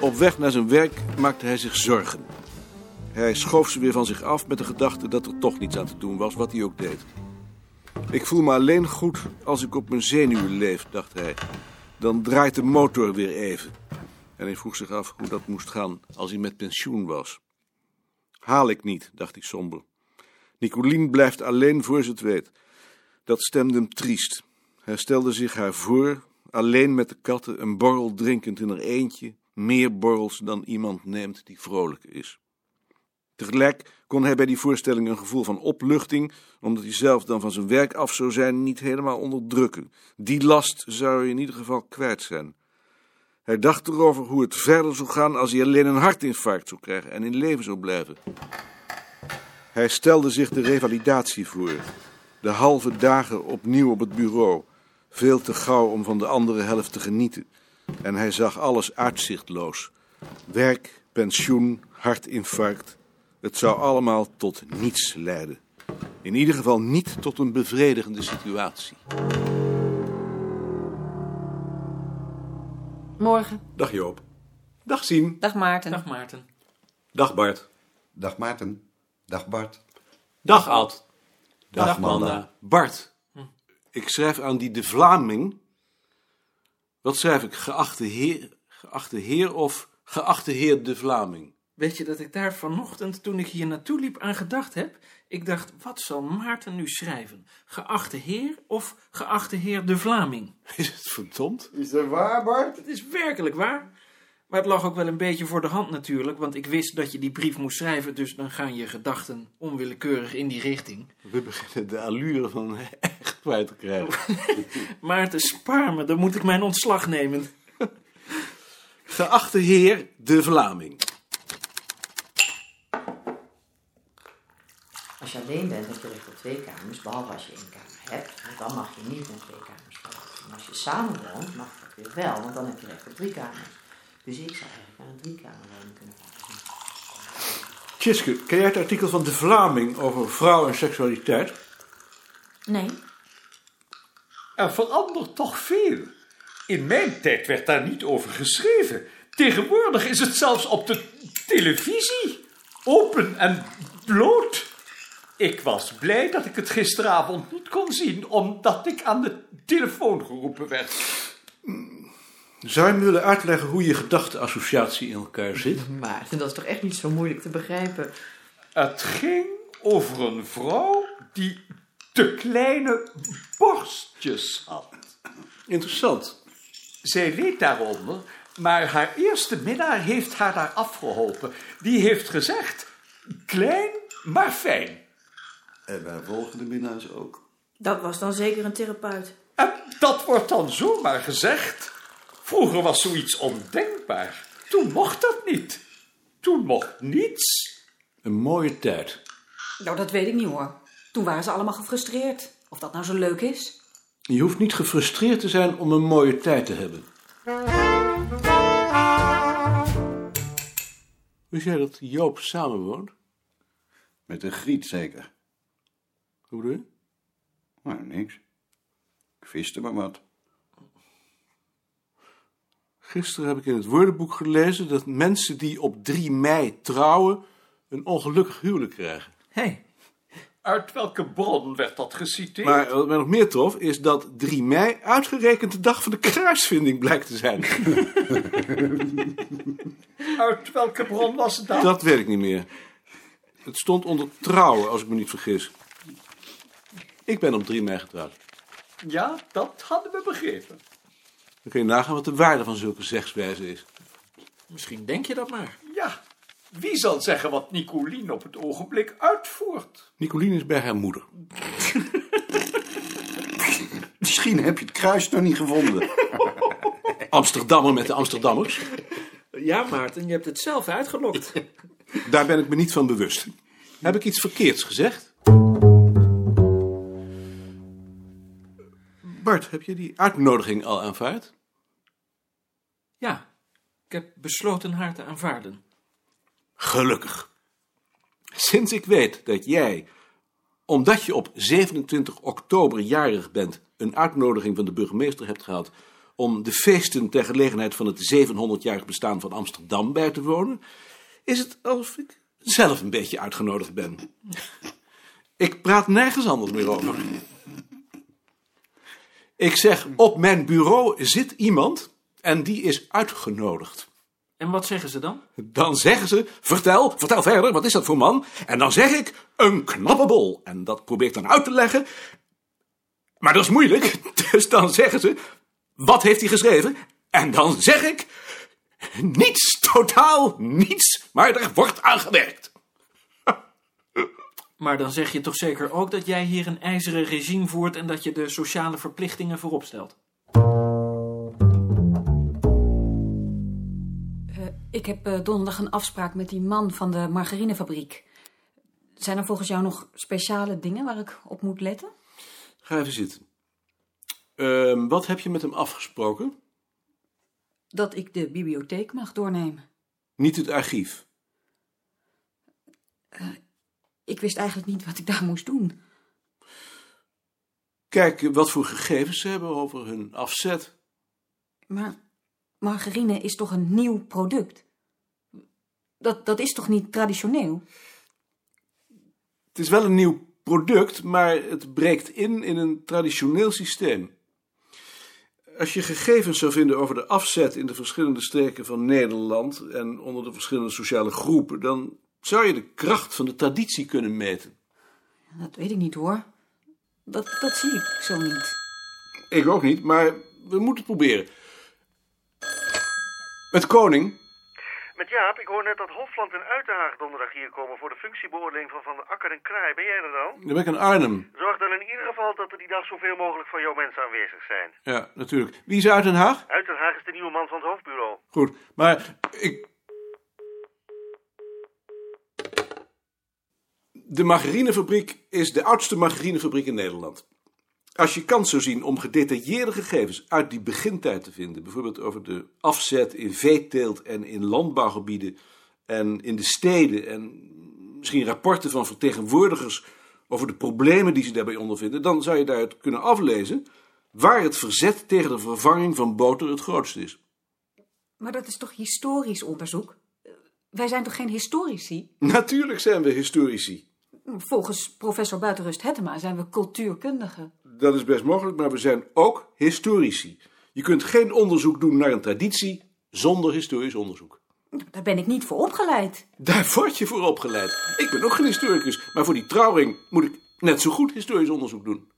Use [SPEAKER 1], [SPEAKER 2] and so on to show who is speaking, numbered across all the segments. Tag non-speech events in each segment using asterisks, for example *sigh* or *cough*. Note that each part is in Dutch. [SPEAKER 1] Op weg naar zijn werk maakte hij zich zorgen. Hij schoof ze weer van zich af met de gedachte dat er toch niets aan te doen was, wat hij ook deed. Ik voel me alleen goed als ik op mijn zenuwen leef, dacht hij. Dan draait de motor weer even. En hij vroeg zich af hoe dat moest gaan als hij met pensioen was. Haal ik niet, dacht hij somber. Nicolien blijft alleen voor ze het weet. Dat stemde hem triest. Hij stelde zich haar voor, alleen met de katten, een borrel drinkend in haar eentje, meer borrels dan iemand neemt die vrolijk is. Tegelijk kon hij bij die voorstelling een gevoel van opluchting, omdat hij zelf dan van zijn werk af zou zijn, niet helemaal onderdrukken. Die last zou hij in ieder geval kwijt zijn. Hij dacht erover hoe het verder zou gaan als hij alleen een hartinfarct zou krijgen en in leven zou blijven. Hij stelde zich de revalidatie voor. De halve dagen opnieuw op het bureau. Veel te gauw om van de andere helft te genieten. En hij zag alles uitzichtloos. Werk, pensioen, hartinfarct. Het zou allemaal tot niets leiden. In ieder geval niet tot een bevredigende situatie.
[SPEAKER 2] Morgen.
[SPEAKER 3] Dag Joop. Dag Sien.
[SPEAKER 2] Dag Maarten.
[SPEAKER 4] Dag Maarten.
[SPEAKER 3] Dag Bart.
[SPEAKER 5] Dag Maarten. Dag Bart.
[SPEAKER 3] Dag Ad.
[SPEAKER 5] Dag, Manda.
[SPEAKER 3] Bart.
[SPEAKER 1] Ik schrijf aan die de Vlaming. Wat schrijf ik? Geachte heer, geachte heer of geachte heer de Vlaming? *laughs*
[SPEAKER 4] Weet je dat ik daar vanochtend, toen ik hier naartoe liep, aan gedacht heb? Ik dacht, wat zal Maarten nu schrijven? Geachte heer of geachte heer de Vlaming?
[SPEAKER 1] Is het verdomd?
[SPEAKER 5] Is dat waar, Bart?
[SPEAKER 4] Het is werkelijk waar. Maar het lag ook wel een beetje voor de hand natuurlijk, want ik wist dat je die brief moest schrijven, dus dan gaan je gedachten onwillekeurig in die richting.
[SPEAKER 1] We beginnen de allure van echt kwijt te krijgen.
[SPEAKER 4] Maarten, spaar me, dan moet ik mijn ontslag nemen.
[SPEAKER 1] Geachte heer de Vlaming.
[SPEAKER 6] Als je alleen bent, heb je recht op twee kamers, behalve als je één kamer hebt. Want dan mag je niet met twee kamers praten. En als je samen woont, mag dat weer wel, want dan heb je recht op drie kamers. Dus ik zou eigenlijk aan een driekamerwoning kunnen gaan.
[SPEAKER 1] Tjitske, ken jij het artikel van de Vlaming over vrouw en seksualiteit?
[SPEAKER 6] Nee.
[SPEAKER 7] Er verandert toch veel. In mijn tijd werd daar niet over geschreven. Tegenwoordig is het zelfs op de televisie. Open en bloot. Ik was blij dat ik het gisteravond niet kon zien, omdat ik aan de telefoon geroepen werd.
[SPEAKER 1] Zou je me willen uitleggen hoe je gedachteassociatie in elkaar zit?
[SPEAKER 6] Maarten, dat is toch echt niet zo moeilijk te begrijpen?
[SPEAKER 7] Het ging over een vrouw die te kleine borstjes had.
[SPEAKER 1] Interessant.
[SPEAKER 7] Zij leed daaronder, maar haar eerste minnaar heeft haar daar afgeholpen. Die heeft gezegd, klein maar fijn.
[SPEAKER 5] En wij volgen de minnaars ook.
[SPEAKER 8] Dat was dan zeker een therapeut.
[SPEAKER 7] En dat wordt dan zomaar gezegd. Vroeger was zoiets ondenkbaar. Toen mocht dat niet. Toen mocht niets.
[SPEAKER 1] Een mooie tijd.
[SPEAKER 8] Nou, dat weet ik niet hoor. Toen waren ze allemaal gefrustreerd. Of dat nou zo leuk is?
[SPEAKER 1] Je hoeft niet gefrustreerd te zijn om een mooie tijd te hebben. Wist jij dat Joop samenwoont?
[SPEAKER 5] Met een griet zeker.
[SPEAKER 1] Hoe bedoel je?
[SPEAKER 5] Nou, niks. Ik viste maar wat.
[SPEAKER 1] Gisteren heb ik in het woordenboek gelezen dat mensen die op 3 mei trouwen een ongelukkig huwelijk krijgen.
[SPEAKER 4] Hé, hey,
[SPEAKER 7] Uit welke bron werd dat geciteerd?
[SPEAKER 1] Maar wat mij nog meer trof is dat 3 mei uitgerekend de dag van de kruisvinding blijkt te zijn.
[SPEAKER 7] Uit welke bron was dat?
[SPEAKER 1] Dat weet ik niet meer. Het stond onder trouwen, als ik me niet vergis. Ik ben op 3 mei getrouwd.
[SPEAKER 7] Ja, dat hadden we begrepen.
[SPEAKER 1] Dan kun je nagaan wat de waarde van zulke zegswijze is.
[SPEAKER 4] misschien denk je dat maar.
[SPEAKER 7] Ja, wie zal zeggen wat Nicolien op het ogenblik uitvoert?
[SPEAKER 1] Nicoline is bij haar moeder.
[SPEAKER 5] Misschien heb je het kruis nog niet gevonden.
[SPEAKER 1] Amsterdammer met de Amsterdammers.
[SPEAKER 4] Ja, Maarten, je hebt het zelf uitgelokt.
[SPEAKER 1] Daar ben ik me niet van bewust. Heb ik iets verkeerds gezegd? Bart, heb je die uitnodiging al aanvaard?
[SPEAKER 4] Ja, ik heb besloten haar te aanvaarden.
[SPEAKER 1] Gelukkig. Sinds ik weet dat jij, omdat je op 27 oktober jarig bent, een uitnodiging van de burgemeester hebt gehad om de feesten ter gelegenheid van het 700-jarig bestaan van Amsterdam bij te wonen, is het alsof ik zelf een beetje uitgenodigd ben. Ik praat nergens anders meer over. Ik zeg, op mijn bureau zit iemand en die is uitgenodigd.
[SPEAKER 4] En wat zeggen ze dan?
[SPEAKER 1] Dan zeggen ze, vertel, vertel verder, wat is dat voor man? En dan zeg ik, een knappe bol. En dat probeer ik dan uit te leggen. Maar dat is moeilijk, *laughs* dus dan zeggen ze, wat heeft hij geschreven? En dan zeg ik, niets, totaal niets, maar er wordt aan gewerkt.
[SPEAKER 4] Maar dan zeg je toch zeker ook dat jij hier een ijzeren regime voert en dat je de sociale verplichtingen voorop stelt.
[SPEAKER 8] Ik heb eh, donderdag een afspraak met die man van de margarinefabriek. Zijn er volgens jou nog speciale dingen waar ik op moet letten?
[SPEAKER 1] Ga even zitten. Ehm, wat heb je met hem afgesproken?
[SPEAKER 8] Dat ik de bibliotheek mag doornemen.
[SPEAKER 1] Niet het archief.
[SPEAKER 8] Ik wist eigenlijk niet wat ik daar moest doen.
[SPEAKER 1] Kijk wat voor gegevens ze hebben over hun afzet.
[SPEAKER 8] Maar margarine is toch een nieuw product? Dat, dat is toch niet traditioneel?
[SPEAKER 1] Het is wel een nieuw product, maar het breekt in in een traditioneel systeem. Als je gegevens zou vinden over de afzet in de verschillende streken van Nederland en onder de verschillende sociale groepen, dan zou je de kracht van de traditie kunnen meten.
[SPEAKER 8] Dat weet ik niet hoor. Dat, dat zie ik zo niet.
[SPEAKER 1] Ik ook niet, maar we moeten het proberen. Met Koning.
[SPEAKER 2] Met Jaap, ik hoor net dat Hofland en Uitenhaag donderdag hier komen voor de functiebeoordeling van Van de Akker en Kraai. Ben jij er dan?
[SPEAKER 1] Dan ben ik aan Arnhem.
[SPEAKER 2] Zorg dan in ieder geval dat er die dag zoveel mogelijk van jouw mensen aanwezig zijn.
[SPEAKER 1] Ja, natuurlijk. Wie is uit Den Haag?
[SPEAKER 2] Uitenhaag is de nieuwe man van het hoofdbureau.
[SPEAKER 1] Goed, maar ik. De margarinefabriek is de oudste margarinefabriek in Nederland. Als je kans zou zien om gedetailleerde gegevens uit die begintijd te vinden, bijvoorbeeld over de afzet in veeteelt en in landbouwgebieden en in de steden en misschien rapporten van vertegenwoordigers over de problemen die ze daarbij ondervinden, dan zou je daaruit kunnen aflezen waar het verzet tegen de vervanging van boter het grootste is.
[SPEAKER 8] Maar dat is toch historisch onderzoek? Eh, Wij zijn toch geen historici?
[SPEAKER 1] Natuurlijk zijn we historici.
[SPEAKER 8] Volgens professor Buitenrust Hettema zijn we cultuurkundigen.
[SPEAKER 1] Dat is best mogelijk, maar we zijn ook historici. Je kunt geen onderzoek doen naar een traditie zonder historisch onderzoek.
[SPEAKER 8] Daar ben ik niet voor opgeleid.
[SPEAKER 1] Daar word je voor opgeleid. Ik ben ook geen historicus, maar voor die trouwring moet ik net zo goed historisch onderzoek doen.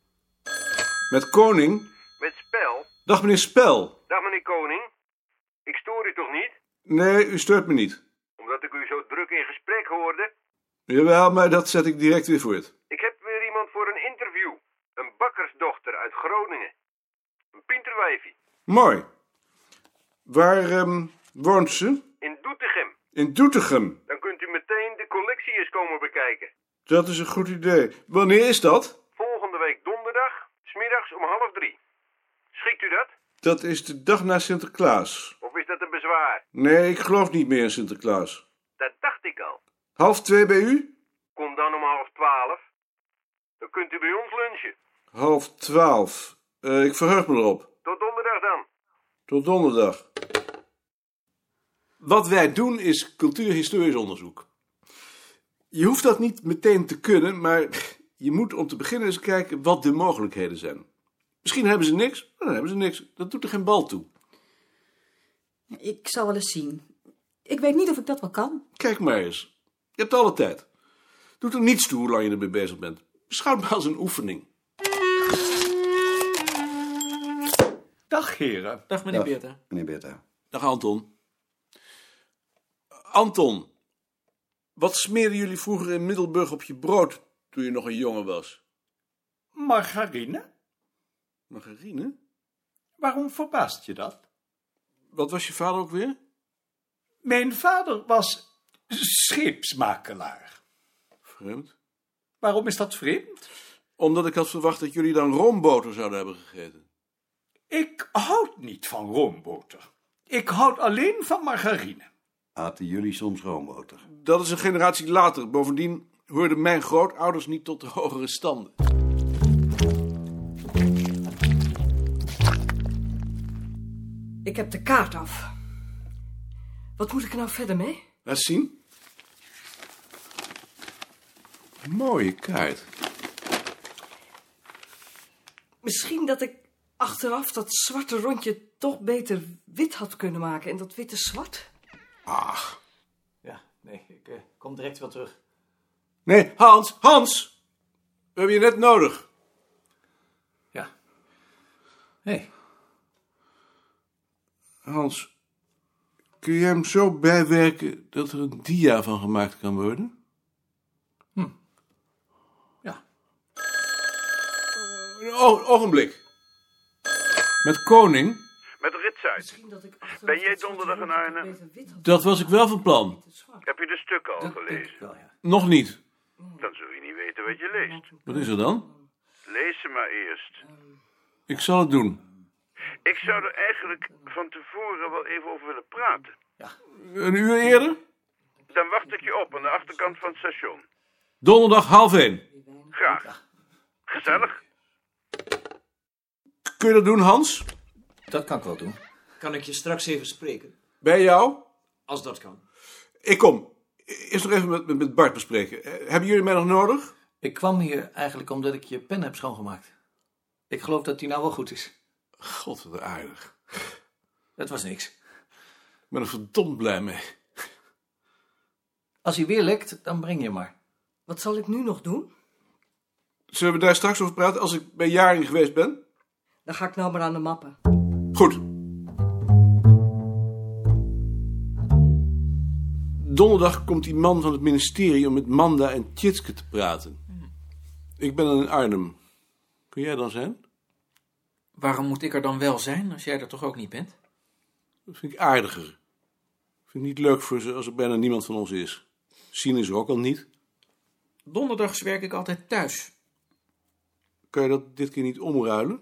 [SPEAKER 1] Met Koning.
[SPEAKER 2] Met spel.
[SPEAKER 1] Dag meneer Spel.
[SPEAKER 2] Dag meneer Koning. Ik stoor u toch niet?
[SPEAKER 1] Nee, u steurt me niet.
[SPEAKER 2] Omdat ik u zo druk in gesprek hoorde.
[SPEAKER 1] Jawel, maar dat zet ik direct weer voort.
[SPEAKER 2] Ik heb weer iemand voor een interview. Een bakkersdochter uit Groningen. Een pinterwijfie.
[SPEAKER 1] Mooi. Waar ehm, woont ze?
[SPEAKER 2] In Doetinchem.
[SPEAKER 1] In Doetinchem.
[SPEAKER 2] Dan kunt u meteen de collectie eens komen bekijken.
[SPEAKER 1] Dat is een goed idee. Wanneer is dat?
[SPEAKER 2] Volgende week donderdag, smiddags om half drie. Schikt u dat?
[SPEAKER 1] Dat is de dag na Sinterklaas.
[SPEAKER 2] Of is dat een bezwaar?
[SPEAKER 1] Nee, ik geloof niet meer in Sinterklaas.
[SPEAKER 2] Dat dacht ik al.
[SPEAKER 1] Half twee bij u?
[SPEAKER 2] Kom dan om half twaalf. Dan kunt u bij ons lunchen.
[SPEAKER 1] Half twaalf. Eh, ik verheug me erop.
[SPEAKER 2] Tot donderdag dan.
[SPEAKER 1] Tot donderdag. Wat wij doen is cultuurhistorisch onderzoek. Je hoeft dat niet meteen te kunnen, maar je moet om te beginnen eens kijken wat de mogelijkheden zijn. Misschien hebben ze niks, maar dan hebben ze niks. Dat doet er geen bal toe.
[SPEAKER 8] Ik zal wel eens zien. Ik weet niet of ik dat wel kan.
[SPEAKER 1] Kijk maar eens. Je hebt alle tijd. Doet er niets toe hoe lang je ermee bezig bent. Beschouw het maar als een oefening.
[SPEAKER 7] Dag, heren.
[SPEAKER 4] Dag meneer Beerta.
[SPEAKER 5] Meneer Bertha.
[SPEAKER 1] Dag Anton. Anton, wat smeerden jullie vroeger in Middelburg op je brood toen je nog een jongen was?
[SPEAKER 7] Margarine?
[SPEAKER 1] Margarine?
[SPEAKER 7] Waarom verbaast je dat?
[SPEAKER 1] Wat was je vader ook weer?
[SPEAKER 7] Mijn vader was scheepsmakelaar.
[SPEAKER 1] Vreemd.
[SPEAKER 7] Waarom is dat vreemd?
[SPEAKER 1] Omdat ik had verwacht dat jullie dan roomboter zouden hebben gegeten.
[SPEAKER 7] Ik houd niet van roomboter. Ik houd alleen van margarine.
[SPEAKER 5] Aten jullie soms roomboter?
[SPEAKER 1] Dat is een generatie later. Bovendien hoorden mijn grootouders niet tot de *laughs* hogere standen.
[SPEAKER 9] Ik heb de kaart af. Wat moet ik er nou verder mee?
[SPEAKER 1] Laat zien. Mooie kaart.
[SPEAKER 9] Misschien dat ik achteraf dat zwarte rondje toch beter wit had kunnen maken en dat witte zwart.
[SPEAKER 1] Ach.
[SPEAKER 4] Ja, nee, ik eh, kom direct wel terug.
[SPEAKER 1] Nee, Hans, Hans! We hebben je net nodig.
[SPEAKER 4] Ja. Hé, hey,
[SPEAKER 1] Hans, kun jij hem zo bijwerken dat er een dia van gemaakt kan worden?
[SPEAKER 4] ja.
[SPEAKER 1] Een o- ogenblik. Met koning?
[SPEAKER 2] Met rits uit.
[SPEAKER 9] Misschien dat ik achteraf
[SPEAKER 2] Ben jij
[SPEAKER 9] dat zwarte
[SPEAKER 2] donderdag
[SPEAKER 9] rondje
[SPEAKER 2] een
[SPEAKER 9] toch
[SPEAKER 2] uine?
[SPEAKER 9] beter wit had
[SPEAKER 1] Dat was ik wel van plan.
[SPEAKER 9] moeten zwart.
[SPEAKER 2] Heb je de stukken al
[SPEAKER 4] Dat denk ik
[SPEAKER 2] gelezen?
[SPEAKER 4] wel, ja.
[SPEAKER 1] Nog niet.
[SPEAKER 2] Dan zul je niet weten wat je leest.
[SPEAKER 1] Wat is er dan?
[SPEAKER 2] Lees ze maar eerst.
[SPEAKER 1] Ik zal het doen.
[SPEAKER 2] Ik zou er eigenlijk van tevoren wel even over willen praten.
[SPEAKER 1] Een uur eerder?
[SPEAKER 2] Dan wacht ik je op aan de achterkant van het station.
[SPEAKER 1] Donderdag half één.
[SPEAKER 2] Graag. Gezellig.
[SPEAKER 1] Kun je dat doen, Hans?
[SPEAKER 10] Dat kan ik wel doen.
[SPEAKER 4] Kan ik je straks even spreken?
[SPEAKER 1] Bij jou?
[SPEAKER 4] Als dat kan.
[SPEAKER 1] Ik kom. Eerst nog even met, met Bart bespreken. Eh, Hebben jullie mij nog nodig?
[SPEAKER 10] Ik kwam hier eigenlijk omdat ik je pen heb schoongemaakt. Ik geloof dat die nou wel goed is.
[SPEAKER 1] God, wat aardig.
[SPEAKER 10] Dat was niks.
[SPEAKER 1] Ik ben er verdomd blij mee.
[SPEAKER 10] Als hij weer lekt, dan breng je hem maar.
[SPEAKER 9] Wat zal ik nu nog doen?
[SPEAKER 1] Zullen we daar straks over praten als ik bij Jaring geweest ben?
[SPEAKER 9] Dan ga ik nou maar aan de mappen.
[SPEAKER 1] Goed. Donderdag komt die man van het ministerie om met Manda en Tjitske te praten. Ik ben dan in Arnhem. Kun jij dan zijn?
[SPEAKER 4] Waarom moet ik er dan wel zijn als jij er toch ook niet bent?
[SPEAKER 1] Dat vind ik aardiger. Ik vind het niet leuk voor ze als er bijna niemand van ons is. Sien is er ook al niet.
[SPEAKER 4] Donderdags werk ik altijd thuis.
[SPEAKER 1] Kan je dat dit keer niet omruilen?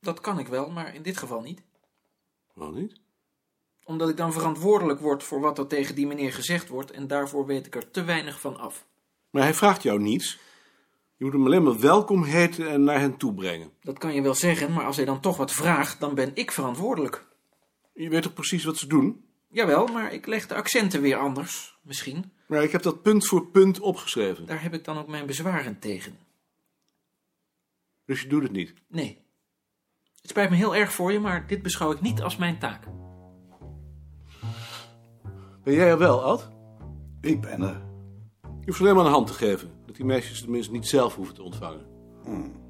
[SPEAKER 4] Dat kan ik wel, maar in dit geval niet.
[SPEAKER 1] Waarom niet?
[SPEAKER 4] Omdat ik dan verantwoordelijk word voor wat er tegen die meneer gezegd wordt en daarvoor weet ik er te weinig van af.
[SPEAKER 1] Maar hij vraagt jou niets. Je moet hem alleen maar welkom heten en naar hen toe brengen.
[SPEAKER 4] Dat kan je wel zeggen, maar als hij dan toch wat vraagt, dan ben ik verantwoordelijk.
[SPEAKER 1] Je weet toch precies wat ze doen?
[SPEAKER 4] Jawel, maar ik leg de accenten weer anders, misschien.
[SPEAKER 1] Maar ik heb dat punt voor punt opgeschreven.
[SPEAKER 4] Daar heb ik dan ook mijn bezwaren tegen.
[SPEAKER 1] Dus je doet het niet.
[SPEAKER 4] Nee. Het spijt me heel erg voor je, maar dit beschouw ik niet als mijn taak.
[SPEAKER 1] Ben jij er wel, Ad?
[SPEAKER 5] Ik ben er.
[SPEAKER 1] Je hoeft ze alleen maar een hand te geven. Dat die meisjes tenminste niet zelf hoeven te ontvangen.
[SPEAKER 5] Hmm.